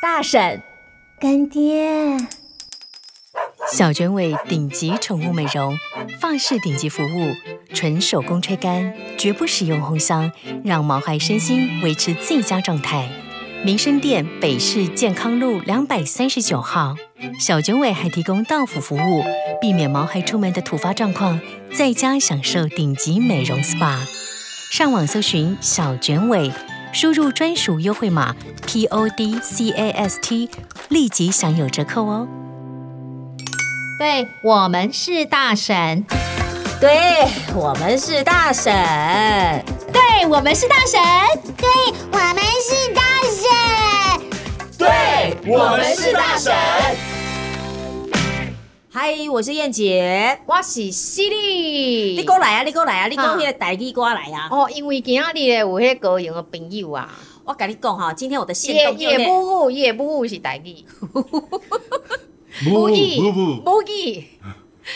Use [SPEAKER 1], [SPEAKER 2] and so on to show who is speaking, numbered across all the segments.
[SPEAKER 1] 大婶，
[SPEAKER 2] 干爹，
[SPEAKER 3] 小卷尾顶级宠物美容，发饰顶级服务，纯手工吹干，绝不使用烘箱，让毛孩身心维持最佳状态。民生店北市健康路两百三十九号。小卷尾还提供到府服务，避免毛孩出门的突发状况，在家享受顶级美容 SPA。上网搜寻小卷尾，输入专属优惠码 P O D C A S T，立即享有折扣哦。
[SPEAKER 1] 对我们是大婶，
[SPEAKER 2] 对我们是大婶，
[SPEAKER 1] 对我们是大婶，
[SPEAKER 4] 对我们是大婶，
[SPEAKER 5] 对我们是大婶。
[SPEAKER 2] 嗨，我是燕姐，
[SPEAKER 1] 我是犀利。
[SPEAKER 2] 你过来啊，你过来啊，你讲迄个台语歌来啊。
[SPEAKER 1] 哦，因为今仔日咧有迄高雄的朋友啊，
[SPEAKER 2] 我跟你讲哈，今天我的线
[SPEAKER 1] 也
[SPEAKER 2] 动又
[SPEAKER 1] 也
[SPEAKER 2] 咧
[SPEAKER 1] 母语，也母语是台语，不
[SPEAKER 5] 不不不，
[SPEAKER 1] 母 语，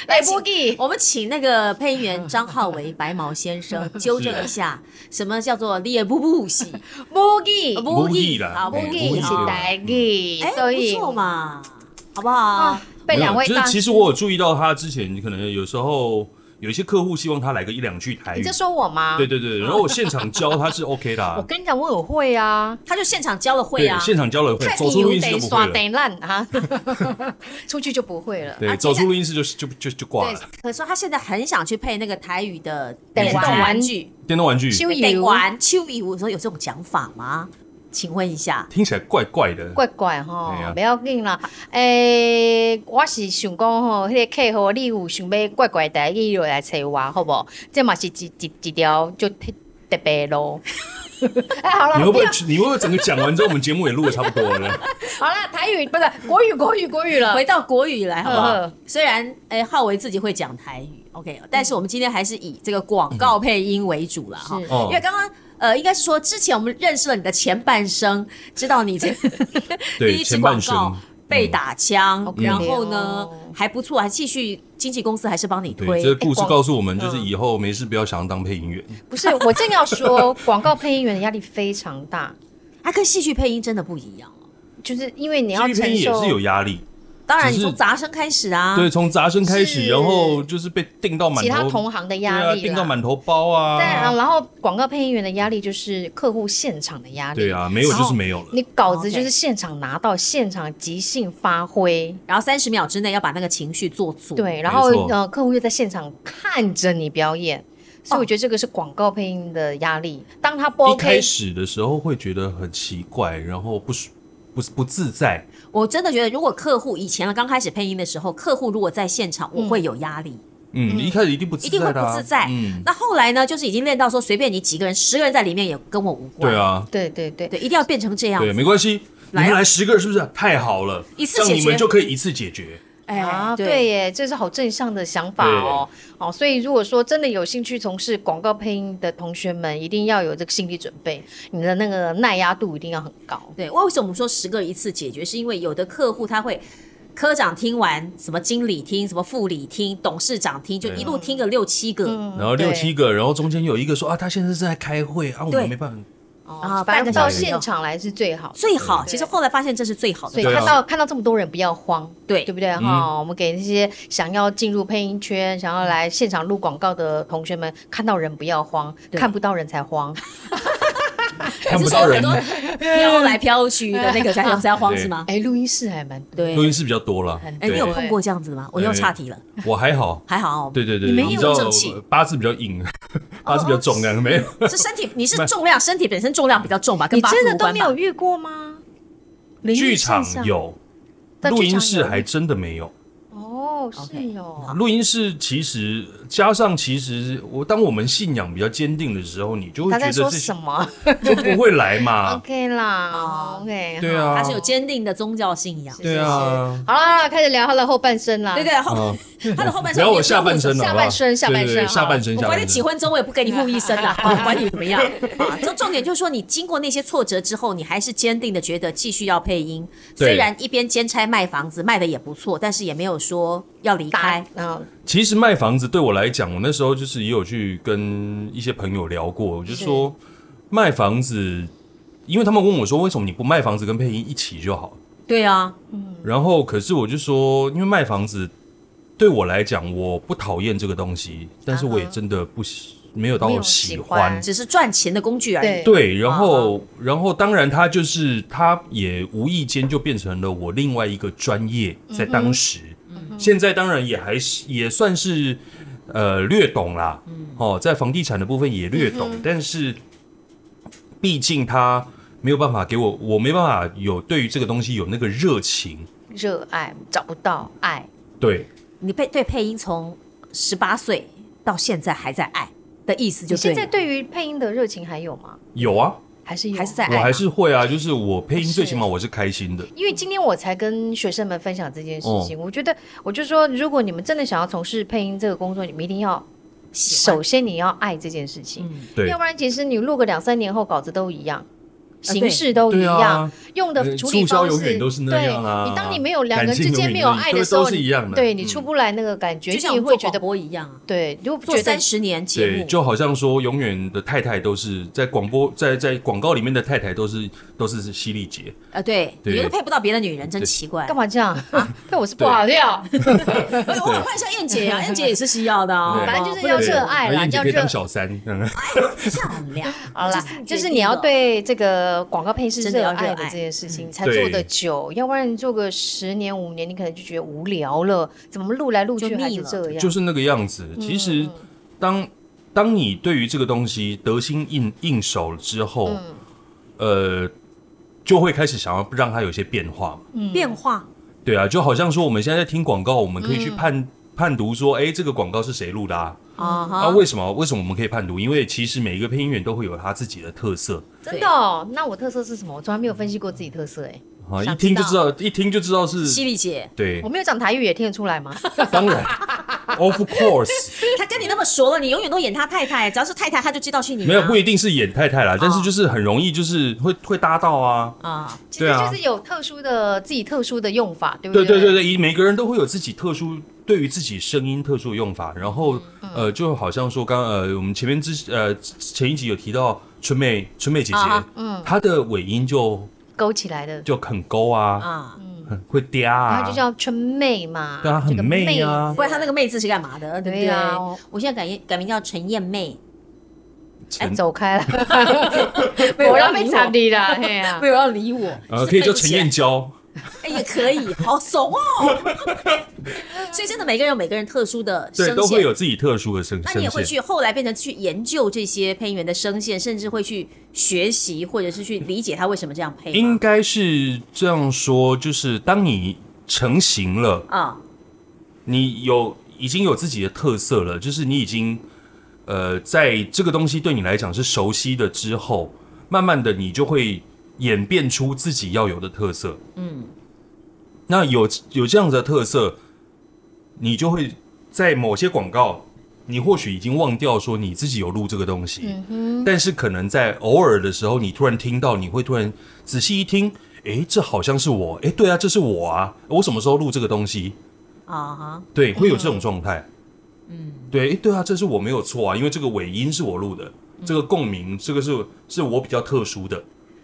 [SPEAKER 1] 来母语，
[SPEAKER 2] 我们请那个配音员张浩维、白毛先生纠正一下，什么叫做猎不不喜？
[SPEAKER 1] 母语，母
[SPEAKER 2] 不
[SPEAKER 5] 意啦
[SPEAKER 2] 好，不
[SPEAKER 5] 哎
[SPEAKER 2] 意
[SPEAKER 1] 语啊
[SPEAKER 5] 不
[SPEAKER 1] 是
[SPEAKER 5] 意
[SPEAKER 2] 好，
[SPEAKER 1] 台语，
[SPEAKER 2] 哎，
[SPEAKER 1] 所以
[SPEAKER 2] 不错嘛，好不好
[SPEAKER 1] 啊？，被两位
[SPEAKER 5] 没有
[SPEAKER 1] 大
[SPEAKER 5] 就是其实我有注意到他之前可能有时候有一些客户希望他来个一两句台
[SPEAKER 1] 你
[SPEAKER 5] 语
[SPEAKER 1] 在，说我吗？
[SPEAKER 5] 对对对，然后我现场教他是 OK 的
[SPEAKER 1] 我
[SPEAKER 5] 啊，
[SPEAKER 1] 跟你讲，我有会啊，
[SPEAKER 2] 他就现场教了会
[SPEAKER 5] 对
[SPEAKER 2] 啊，，
[SPEAKER 5] 现场 教了会，走出录音室就不会了，
[SPEAKER 1] 等烂啊， 出去就不会了。
[SPEAKER 5] 对，走出录音室就就就就挂了。
[SPEAKER 2] 可是他现在很想去配那个台语的
[SPEAKER 1] 电
[SPEAKER 2] 电动
[SPEAKER 1] 玩
[SPEAKER 2] 玩具，
[SPEAKER 5] 电动玩具
[SPEAKER 1] 修
[SPEAKER 2] 得
[SPEAKER 1] 油
[SPEAKER 2] 玩秋雨，我说有这种讲法吗？请问一下，
[SPEAKER 5] 听起来怪怪的，
[SPEAKER 1] 怪怪吼
[SPEAKER 5] 哎呀，
[SPEAKER 1] 不要紧啦。诶、我是想讲吼，迄、个客户你有想要怪怪代志就来找我，好无？这嘛是一一一条就特特别路。 哎，好
[SPEAKER 5] 你
[SPEAKER 1] 了，
[SPEAKER 5] 会不
[SPEAKER 1] 不
[SPEAKER 5] 会
[SPEAKER 1] 要
[SPEAKER 5] 你会不会整个讲完之后，我们节目也录的差不多 了？
[SPEAKER 1] 好了，台语不是国语，国语，国语了
[SPEAKER 2] 回。到国语来好不
[SPEAKER 1] 呵
[SPEAKER 2] 好
[SPEAKER 1] 呵？
[SPEAKER 2] 虽然哎，浩维自己会讲台语，OK，但是我们今天还是以这个广告配音为主啦。哈。
[SPEAKER 1] 是
[SPEAKER 5] 哦
[SPEAKER 2] 因为刚刚呃，应该是说之前我们认识了你的前半生，知道你这 第
[SPEAKER 5] 对，
[SPEAKER 2] 一支
[SPEAKER 5] 前
[SPEAKER 2] 广
[SPEAKER 5] 半生
[SPEAKER 2] 告。被打枪，
[SPEAKER 5] 嗯
[SPEAKER 1] 好可
[SPEAKER 2] 然
[SPEAKER 1] 怜
[SPEAKER 2] 后呢
[SPEAKER 1] 哦
[SPEAKER 2] 还不错，还继续经纪公司还是帮你
[SPEAKER 5] 对，
[SPEAKER 2] 推
[SPEAKER 5] 这个。故事
[SPEAKER 1] 广
[SPEAKER 5] 告诉我们，就是
[SPEAKER 1] 嗯
[SPEAKER 5] 以后没事不要想要当配音员。
[SPEAKER 1] 不是，我正要 说，广告配音员的压力非常大，
[SPEAKER 2] 它跟戏剧配音真的不一样哦。
[SPEAKER 1] 就是因为你要
[SPEAKER 5] 其实配
[SPEAKER 1] 承
[SPEAKER 5] 音也
[SPEAKER 1] 受
[SPEAKER 5] 是有压力，
[SPEAKER 2] 当然，
[SPEAKER 5] 只
[SPEAKER 2] 你
[SPEAKER 5] 是
[SPEAKER 2] 从杂声开始啊，
[SPEAKER 5] 对，从杂声开始，
[SPEAKER 1] 是
[SPEAKER 5] 然后就是被定到满
[SPEAKER 1] 其他
[SPEAKER 5] 头，
[SPEAKER 1] 同行的
[SPEAKER 5] 对
[SPEAKER 1] 压
[SPEAKER 5] 啊，
[SPEAKER 1] 力
[SPEAKER 5] 定
[SPEAKER 1] 啦。
[SPEAKER 5] 到满头包
[SPEAKER 1] 但
[SPEAKER 5] 啊，
[SPEAKER 1] 然后广告配音员的压力就是客户现场的压力。
[SPEAKER 5] 对啊，没有就是没有了。
[SPEAKER 1] 你稿子就是现场拿到，现场即兴发挥。
[SPEAKER 2] 然后三十秒之内要把那个情绪做足。，
[SPEAKER 1] 对，然
[SPEAKER 5] 没
[SPEAKER 1] 后
[SPEAKER 5] 错
[SPEAKER 1] 呃，客户又在现场看着你表演，所以我觉得这个是广告配音的压力。当他不
[SPEAKER 5] 哦一开
[SPEAKER 1] OK，
[SPEAKER 5] 始的时候会觉得很奇怪，然后不舒不不自在，
[SPEAKER 2] 我真的觉得，如果客户以前刚开始配音的时候，客户如果在现场，我会有压力。
[SPEAKER 5] 嗯，一开始一定不自
[SPEAKER 2] 一
[SPEAKER 5] 在
[SPEAKER 2] 定会
[SPEAKER 5] 的啊，
[SPEAKER 2] 不自在。
[SPEAKER 5] 嗯，
[SPEAKER 2] 那后来呢，就是已经练到说，随便你几个人，十个人在里面也跟我无关。
[SPEAKER 5] 对，啊，
[SPEAKER 1] 对对对，
[SPEAKER 2] 对，一定要变成这样。
[SPEAKER 5] 对，没关系，你
[SPEAKER 2] 来啊
[SPEAKER 5] 们来十个人是不是？太好了，
[SPEAKER 2] 一次
[SPEAKER 5] 这样
[SPEAKER 2] 解
[SPEAKER 5] 你们
[SPEAKER 2] 决
[SPEAKER 5] 就可以一次解决。
[SPEAKER 2] 哎
[SPEAKER 1] 啊，对耶，这是好正向的想法哦。哦，所以如果说真的有兴趣从事广告配音的同学们，一定要有这个心理准备，你的那个耐压度一定要很高。
[SPEAKER 2] 对，为什么我们说十个一次解决？是因为有的客户他会。科长听完，什么经理听，什么副理听，董事长听，就
[SPEAKER 5] 对啊
[SPEAKER 2] 一路听个六七个、
[SPEAKER 1] 嗯
[SPEAKER 5] 然后六
[SPEAKER 1] 对
[SPEAKER 5] 七个，然后中间有一个说啊，他现在是在开会啊，我
[SPEAKER 2] 对
[SPEAKER 5] 们没办法。
[SPEAKER 1] 哦
[SPEAKER 2] 啊，半
[SPEAKER 1] 反正
[SPEAKER 2] 个
[SPEAKER 1] 到
[SPEAKER 2] 小时
[SPEAKER 1] 现场来是最好的。
[SPEAKER 2] 最好。
[SPEAKER 1] 对
[SPEAKER 2] 其实后来发现这是最好
[SPEAKER 1] 所
[SPEAKER 2] 的
[SPEAKER 1] 以
[SPEAKER 5] 对啊
[SPEAKER 1] 看到看到这么多人，不要慌，
[SPEAKER 2] 对
[SPEAKER 1] 对不
[SPEAKER 5] 嗯
[SPEAKER 1] 对哈、我们给那些想要进入配音圈、想要来现场录广告的同学们，看到人不要慌，
[SPEAKER 2] 对
[SPEAKER 1] 看不到人才慌。
[SPEAKER 5] 看不到人，
[SPEAKER 2] 飘来飘去的那个才才要慌是吗？
[SPEAKER 1] 哎，录音室还蛮多。
[SPEAKER 2] 对
[SPEAKER 5] 录，音室比较多了。
[SPEAKER 2] 哎，你
[SPEAKER 5] 对
[SPEAKER 2] 有碰过这样子的吗？我又岔题了，
[SPEAKER 5] 我还好，
[SPEAKER 2] 还好，
[SPEAKER 5] 对对对，
[SPEAKER 2] 你们
[SPEAKER 5] 你
[SPEAKER 2] 业
[SPEAKER 5] 知
[SPEAKER 2] 务
[SPEAKER 5] 道
[SPEAKER 2] 正气，
[SPEAKER 5] 八字比较硬， 八字比较重，
[SPEAKER 1] 哦
[SPEAKER 5] 两个没有。
[SPEAKER 2] 是身体，你是重量，身体本身重量比较重吧？跟
[SPEAKER 1] 你
[SPEAKER 2] 八字
[SPEAKER 1] 真的
[SPEAKER 2] 无
[SPEAKER 1] 都
[SPEAKER 2] 关
[SPEAKER 1] 没
[SPEAKER 2] 吧
[SPEAKER 1] 有遇过吗？灵异
[SPEAKER 5] 剧场
[SPEAKER 1] 现象
[SPEAKER 5] 有，
[SPEAKER 1] 在
[SPEAKER 5] 录
[SPEAKER 1] 剧
[SPEAKER 5] 音
[SPEAKER 1] 场
[SPEAKER 5] 室
[SPEAKER 1] 有
[SPEAKER 5] 还真的没有。
[SPEAKER 1] 哦，是
[SPEAKER 2] OK，
[SPEAKER 1] 哦
[SPEAKER 2] 好
[SPEAKER 5] 录音室其实加上，其实我当我们信仰比较坚定的时候，你就会
[SPEAKER 1] 他
[SPEAKER 5] 觉
[SPEAKER 1] 在
[SPEAKER 5] 得
[SPEAKER 1] 说
[SPEAKER 5] 这
[SPEAKER 1] 什
[SPEAKER 5] 些
[SPEAKER 1] 么
[SPEAKER 5] 就不会来嘛。
[SPEAKER 1] ？OK 啦
[SPEAKER 2] 哦
[SPEAKER 1] ，OK，
[SPEAKER 5] 对
[SPEAKER 1] 好
[SPEAKER 5] 啊，
[SPEAKER 2] 他是有坚定的宗教信仰。
[SPEAKER 5] 对啊，
[SPEAKER 1] 好啦，开始聊他的后半生啦。
[SPEAKER 2] 对对，后
[SPEAKER 5] 啊，
[SPEAKER 2] 他的后半身，
[SPEAKER 5] 然后我下半身了，
[SPEAKER 1] 下
[SPEAKER 5] 好不好
[SPEAKER 1] 半身哦下
[SPEAKER 5] 对
[SPEAKER 1] 半
[SPEAKER 5] 对
[SPEAKER 1] 身
[SPEAKER 5] 对
[SPEAKER 1] 好
[SPEAKER 5] 下半身，
[SPEAKER 2] 我
[SPEAKER 5] 下
[SPEAKER 2] 管你
[SPEAKER 5] 半
[SPEAKER 2] 几
[SPEAKER 5] 身。
[SPEAKER 2] 婚钟，我也不给你护一生 了，啊管你怎么样啊。这重点就是说，你经过那些挫折之后，你还是坚定的觉得继续要配音。
[SPEAKER 5] 对
[SPEAKER 2] 虽然一边兼差卖房子，卖的也不错，但是也没有说要离
[SPEAKER 1] 打
[SPEAKER 2] 开。
[SPEAKER 1] 啊，
[SPEAKER 5] 其实卖房子对我来讲，我那时候就是也有去跟一些朋友聊过，我就说卖房子因为他们问我说，为什么你不卖房子跟配音一起就好？
[SPEAKER 2] 对啊，
[SPEAKER 1] 嗯
[SPEAKER 5] 然后可是我就说，因为卖房子对我来讲，我不讨厌这个东西，但是我也真的不喜，没有
[SPEAKER 1] 嗯没有
[SPEAKER 5] 到
[SPEAKER 1] 喜
[SPEAKER 5] 喜
[SPEAKER 1] 欢
[SPEAKER 5] 欢。
[SPEAKER 2] 只是赚钱的工具而已。
[SPEAKER 1] 对嗯
[SPEAKER 5] 对，然后，然后，当然，他就是他也无意间就变成了我另外一个专业，在当时，
[SPEAKER 1] 嗯
[SPEAKER 5] 现在当然也还是也算是呃略懂啦，
[SPEAKER 1] 嗯
[SPEAKER 5] 哦，在房地产的部分也略懂，但是毕竟他没有办法给我，我没办法有对于这个东西有那个热情，
[SPEAKER 1] 热爱找不到爱，
[SPEAKER 5] 对，
[SPEAKER 2] 你配对配音从十八岁到现在还在爱的意思，
[SPEAKER 1] 你
[SPEAKER 2] 就
[SPEAKER 1] 现在
[SPEAKER 2] 了
[SPEAKER 1] 对于配音的热情还有吗？
[SPEAKER 5] 有啊，
[SPEAKER 1] 还是有？
[SPEAKER 2] 还是在爱
[SPEAKER 5] 我
[SPEAKER 2] 嘛
[SPEAKER 5] 还是会啊，就是我配音
[SPEAKER 1] 是
[SPEAKER 5] 最起码我是开心的，
[SPEAKER 1] 因为今天我才跟学生们分享这件事
[SPEAKER 5] 哦
[SPEAKER 1] 情，我觉得我就说，如果你们真的想要从事配音这个工作，你们一定要
[SPEAKER 2] 喜欢
[SPEAKER 1] 首先你要爱这件事情，
[SPEAKER 2] 嗯
[SPEAKER 5] 哎对
[SPEAKER 1] 要不然其实你录个两三年后稿子都一样，形
[SPEAKER 2] 啊对
[SPEAKER 1] 式都一
[SPEAKER 5] 对
[SPEAKER 1] 样，
[SPEAKER 5] 啊，
[SPEAKER 1] 用的
[SPEAKER 5] 呃
[SPEAKER 1] 处理
[SPEAKER 5] 促销
[SPEAKER 1] 方式
[SPEAKER 5] 永远都是那样啊
[SPEAKER 1] 对你当你没有两个人
[SPEAKER 5] 感
[SPEAKER 1] 之
[SPEAKER 5] 情
[SPEAKER 1] 间
[SPEAKER 5] 永远
[SPEAKER 1] 没有爱的时
[SPEAKER 5] 都
[SPEAKER 1] 候，
[SPEAKER 5] 是一样的
[SPEAKER 1] 对你
[SPEAKER 5] 嗯
[SPEAKER 1] 出不来那个感觉，
[SPEAKER 2] 就像我
[SPEAKER 1] 你
[SPEAKER 2] 们
[SPEAKER 1] 会
[SPEAKER 2] 做
[SPEAKER 1] 觉
[SPEAKER 2] 广
[SPEAKER 1] 得
[SPEAKER 2] 播一样啊，
[SPEAKER 1] 对，就
[SPEAKER 2] 做
[SPEAKER 1] 觉得
[SPEAKER 2] 三十年节
[SPEAKER 5] 对，
[SPEAKER 2] 目，
[SPEAKER 5] 就好像说永远的太太都是在广播在在广告里面的太太都是都是犀利姐，
[SPEAKER 2] 啊，对，
[SPEAKER 5] 对
[SPEAKER 2] 你又配不到别的女人，真奇怪。
[SPEAKER 1] 干嘛这样？ 啊但我是不好料，
[SPEAKER 2] 哎我很幻想燕姐啊，燕姐也是需要的哦，
[SPEAKER 5] 对
[SPEAKER 1] 反正就是要热爱啦，
[SPEAKER 5] 对
[SPEAKER 1] 要
[SPEAKER 5] 可以
[SPEAKER 1] 热啊
[SPEAKER 5] 当。小三，嗯
[SPEAKER 2] 漂亮。
[SPEAKER 1] 好啦
[SPEAKER 2] 这是，
[SPEAKER 1] 就是
[SPEAKER 2] 决定
[SPEAKER 1] 你要
[SPEAKER 2] 的
[SPEAKER 1] 对这个广告配是
[SPEAKER 2] 真的
[SPEAKER 1] 热
[SPEAKER 2] 要
[SPEAKER 1] 爱嗯
[SPEAKER 2] 热
[SPEAKER 1] 的
[SPEAKER 2] 爱
[SPEAKER 1] 这件事情，你才
[SPEAKER 5] 对
[SPEAKER 1] 做得久。要不然你做个十年五年，你可能就觉得无聊了，怎么录来录去
[SPEAKER 2] 就腻
[SPEAKER 1] 还是
[SPEAKER 2] 了
[SPEAKER 1] 这样？
[SPEAKER 5] 就是那个样子。其
[SPEAKER 1] 嗯
[SPEAKER 5] 实当当你对于这个东西得心应应手了之后，
[SPEAKER 1] 嗯
[SPEAKER 5] 呃，就会开始想要让它有一些变化嘛。
[SPEAKER 2] 变化，
[SPEAKER 5] 对啊，就好像说我们现在在听广告，我们可以
[SPEAKER 1] 嗯
[SPEAKER 5] 去判判读说，哎，这个广告是谁录的啊？
[SPEAKER 2] 啊
[SPEAKER 5] 啊，
[SPEAKER 2] 哈，
[SPEAKER 5] 为什么？为什么我们可以判读？因为其实每一个配音员都会有他自己的特色
[SPEAKER 1] 真的哦。那我特色是什么？我从来没有分析过自己特色，哎，
[SPEAKER 5] 啊，一
[SPEAKER 1] 想
[SPEAKER 5] 听就
[SPEAKER 1] 知
[SPEAKER 5] 知道，一听就知道
[SPEAKER 2] 犀
[SPEAKER 5] 是。
[SPEAKER 2] 利姐，
[SPEAKER 5] 对
[SPEAKER 1] 我，没有讲台语也听得出来 吗？
[SPEAKER 5] 当然，of course，
[SPEAKER 2] 她跟你那么熟了，你永远都演她太太，只要是太太，她就知道是你啊。
[SPEAKER 5] 没有不一定是演太太啦，但是就是很容易就是会会搭到啊。
[SPEAKER 2] 啊，
[SPEAKER 1] 其实
[SPEAKER 5] 对啊
[SPEAKER 1] 就是有特殊的自己特殊的用法，对不
[SPEAKER 5] 对对
[SPEAKER 1] 对
[SPEAKER 5] 对对，每个人都会有自己特殊对于自己声音特殊的用法，然后呃，就好像说刚呃，我们前面之呃前一集有提到春妹春妹姐姐
[SPEAKER 2] 啊哈，
[SPEAKER 5] 嗯，她的尾音就
[SPEAKER 1] 勾起来的，
[SPEAKER 5] 就很勾啊，
[SPEAKER 2] 啊，
[SPEAKER 5] 很会嗲啊，
[SPEAKER 1] 然后就叫春妹嘛，
[SPEAKER 5] 对啊，很
[SPEAKER 1] 这个
[SPEAKER 5] 媚啊
[SPEAKER 2] 不，然她那个妹字是干嘛的？对不
[SPEAKER 1] 对
[SPEAKER 2] 对
[SPEAKER 1] 啊我？
[SPEAKER 2] 我现在改改名叫陈燕妹，
[SPEAKER 5] 陈
[SPEAKER 1] 哎走开了，
[SPEAKER 2] 没有
[SPEAKER 1] 我
[SPEAKER 2] 要
[SPEAKER 1] 要
[SPEAKER 2] 理
[SPEAKER 1] 被
[SPEAKER 2] 我
[SPEAKER 1] 惨你啦，嘿 啊
[SPEAKER 2] 没有要理我，
[SPEAKER 5] 呃，可以叫陈燕娇，
[SPEAKER 2] 哎，也可 以，好怂哦。 所以真的每个人有每个人特殊的声
[SPEAKER 5] 对，
[SPEAKER 2] 线，
[SPEAKER 5] 都会有自己特殊的声
[SPEAKER 2] 那
[SPEAKER 5] 声
[SPEAKER 2] 你也会
[SPEAKER 5] 线。
[SPEAKER 2] 去后来变成去研究这些配音员的声线，甚至会去学习，或者是去理解他为什么这样配
[SPEAKER 5] 应
[SPEAKER 2] 吗。
[SPEAKER 5] 该是这样说，就是当你成型了，
[SPEAKER 2] 啊、
[SPEAKER 5] 你有已经有自己的特色了，就是你已经呃，在这个东西对你来讲是熟悉的之后，慢慢的你就会演变出自己要有的特色。嗯，那有有这样子的特色，你就会在某些广告。你或许已经忘掉说你自己有录这个东西，但是可能在偶尔的时候，你突然听到，你会突然仔细一听，诶，这好像是我，诶，对啊，这是我啊，我什么时候录这个东西？
[SPEAKER 2] 啊哈，
[SPEAKER 5] 对，会有这种状态。嗯，对，诶对啊，这是我没有错啊，因为这个尾音是我录的，
[SPEAKER 1] 嗯
[SPEAKER 5] 这个共鸣，这个是是我比较特殊的，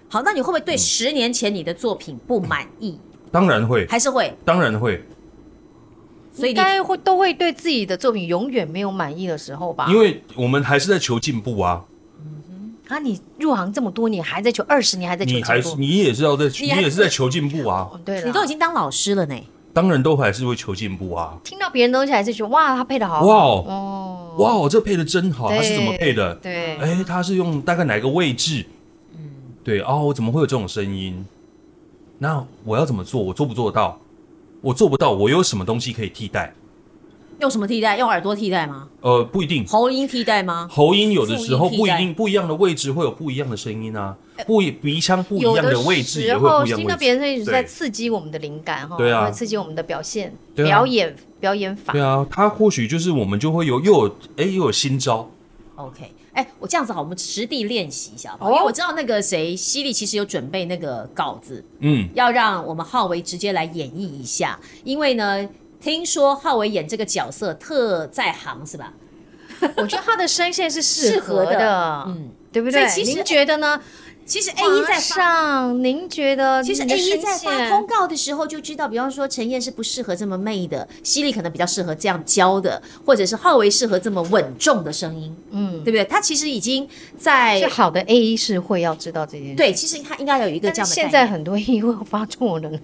[SPEAKER 2] 好，那你会不会
[SPEAKER 5] 嗯
[SPEAKER 2] 对十年前你的作品不满意？
[SPEAKER 5] 当然会，
[SPEAKER 2] 还是会？
[SPEAKER 5] 当然会，
[SPEAKER 2] 所以你
[SPEAKER 1] 应该会都会对自己的作品永远没有满意的时候吧？
[SPEAKER 5] 因为我们还是在求进步啊，
[SPEAKER 1] 啊，你入行这么多年，还在求二十年，还在求
[SPEAKER 5] 你还
[SPEAKER 1] 进
[SPEAKER 5] 是
[SPEAKER 1] 步
[SPEAKER 5] 你也是要在，你
[SPEAKER 2] 还
[SPEAKER 5] 也是在求进步啊，
[SPEAKER 1] 哦，对了，
[SPEAKER 2] 你都已经当老师了呢，
[SPEAKER 5] 当然都还是会求进步啊。
[SPEAKER 1] 听到别人的东西，还是觉得哇，他配的好好，
[SPEAKER 5] 哇哦，
[SPEAKER 1] 哦，
[SPEAKER 5] 哇哦，这配的真好，
[SPEAKER 1] 对
[SPEAKER 5] 他是怎么配的？
[SPEAKER 1] 对嗯
[SPEAKER 5] 哎，他是用大概哪个位置？对哦，怎么会有这种声音？那我要怎么做？我做不做得到？我做不到，我有什么东西可以替代？
[SPEAKER 2] 用什么替代？用耳朵替代吗？
[SPEAKER 5] 呃，不一定，
[SPEAKER 2] 喉音替代吗？
[SPEAKER 5] 喉音有的时候
[SPEAKER 2] 复音
[SPEAKER 5] 不
[SPEAKER 2] 替
[SPEAKER 5] 一
[SPEAKER 2] 代
[SPEAKER 5] 定不一样的位置会有不一样的声音啊，不一鼻腔不一
[SPEAKER 1] 呃有
[SPEAKER 5] 样
[SPEAKER 1] 的
[SPEAKER 5] 位置
[SPEAKER 1] 时
[SPEAKER 5] 也会有
[SPEAKER 1] 候
[SPEAKER 5] 不一样
[SPEAKER 1] 听
[SPEAKER 5] 的
[SPEAKER 1] 到别
[SPEAKER 5] 位
[SPEAKER 1] 人的声音
[SPEAKER 5] 置。
[SPEAKER 1] 是在
[SPEAKER 5] 对
[SPEAKER 1] 刺激我们的灵感哈，
[SPEAKER 5] 对啊
[SPEAKER 1] 会刺激我们的表现、
[SPEAKER 5] 对啊
[SPEAKER 1] 表演、表演法
[SPEAKER 5] 对。啊，它或许就是我们就会有又有哎又有新招，
[SPEAKER 2] OK，哎、我这样子好，我们实地练习一下吧。
[SPEAKER 1] 哦
[SPEAKER 2] 因为我知道那个谁，犀利其实有准备那个稿子，
[SPEAKER 5] 嗯，
[SPEAKER 2] 要让我们浩维直接来演绎一下，因为呢，听说浩维演这个角色特在行是吧？
[SPEAKER 5] 啊
[SPEAKER 1] 我觉得他的声线是
[SPEAKER 2] 适
[SPEAKER 1] 适合
[SPEAKER 2] 合
[SPEAKER 1] 的，
[SPEAKER 2] 的嗯
[SPEAKER 1] 对不
[SPEAKER 2] 所
[SPEAKER 1] 对
[SPEAKER 2] 以？其实
[SPEAKER 1] 您觉得呢？
[SPEAKER 2] 其实 A 一
[SPEAKER 1] 皇
[SPEAKER 2] 在发，
[SPEAKER 1] 上，您觉得
[SPEAKER 2] 其实
[SPEAKER 1] 你的
[SPEAKER 2] A 一
[SPEAKER 1] 声
[SPEAKER 2] 在发
[SPEAKER 1] 线
[SPEAKER 2] 通告的时候就知道，比方说陈燕是不适合这么媚的，犀利可能比较适合这样娇的，或者是浩维适合这么稳重的声音，
[SPEAKER 1] 嗯
[SPEAKER 2] 对不，对？他其实已经在
[SPEAKER 1] 最好的 A 一是会要知道这件事。，
[SPEAKER 2] 对，其实他应该有一个
[SPEAKER 1] 但
[SPEAKER 2] 这
[SPEAKER 1] 是
[SPEAKER 2] 样的概
[SPEAKER 1] 现在
[SPEAKER 2] 念
[SPEAKER 1] 很多 A 一会发错人，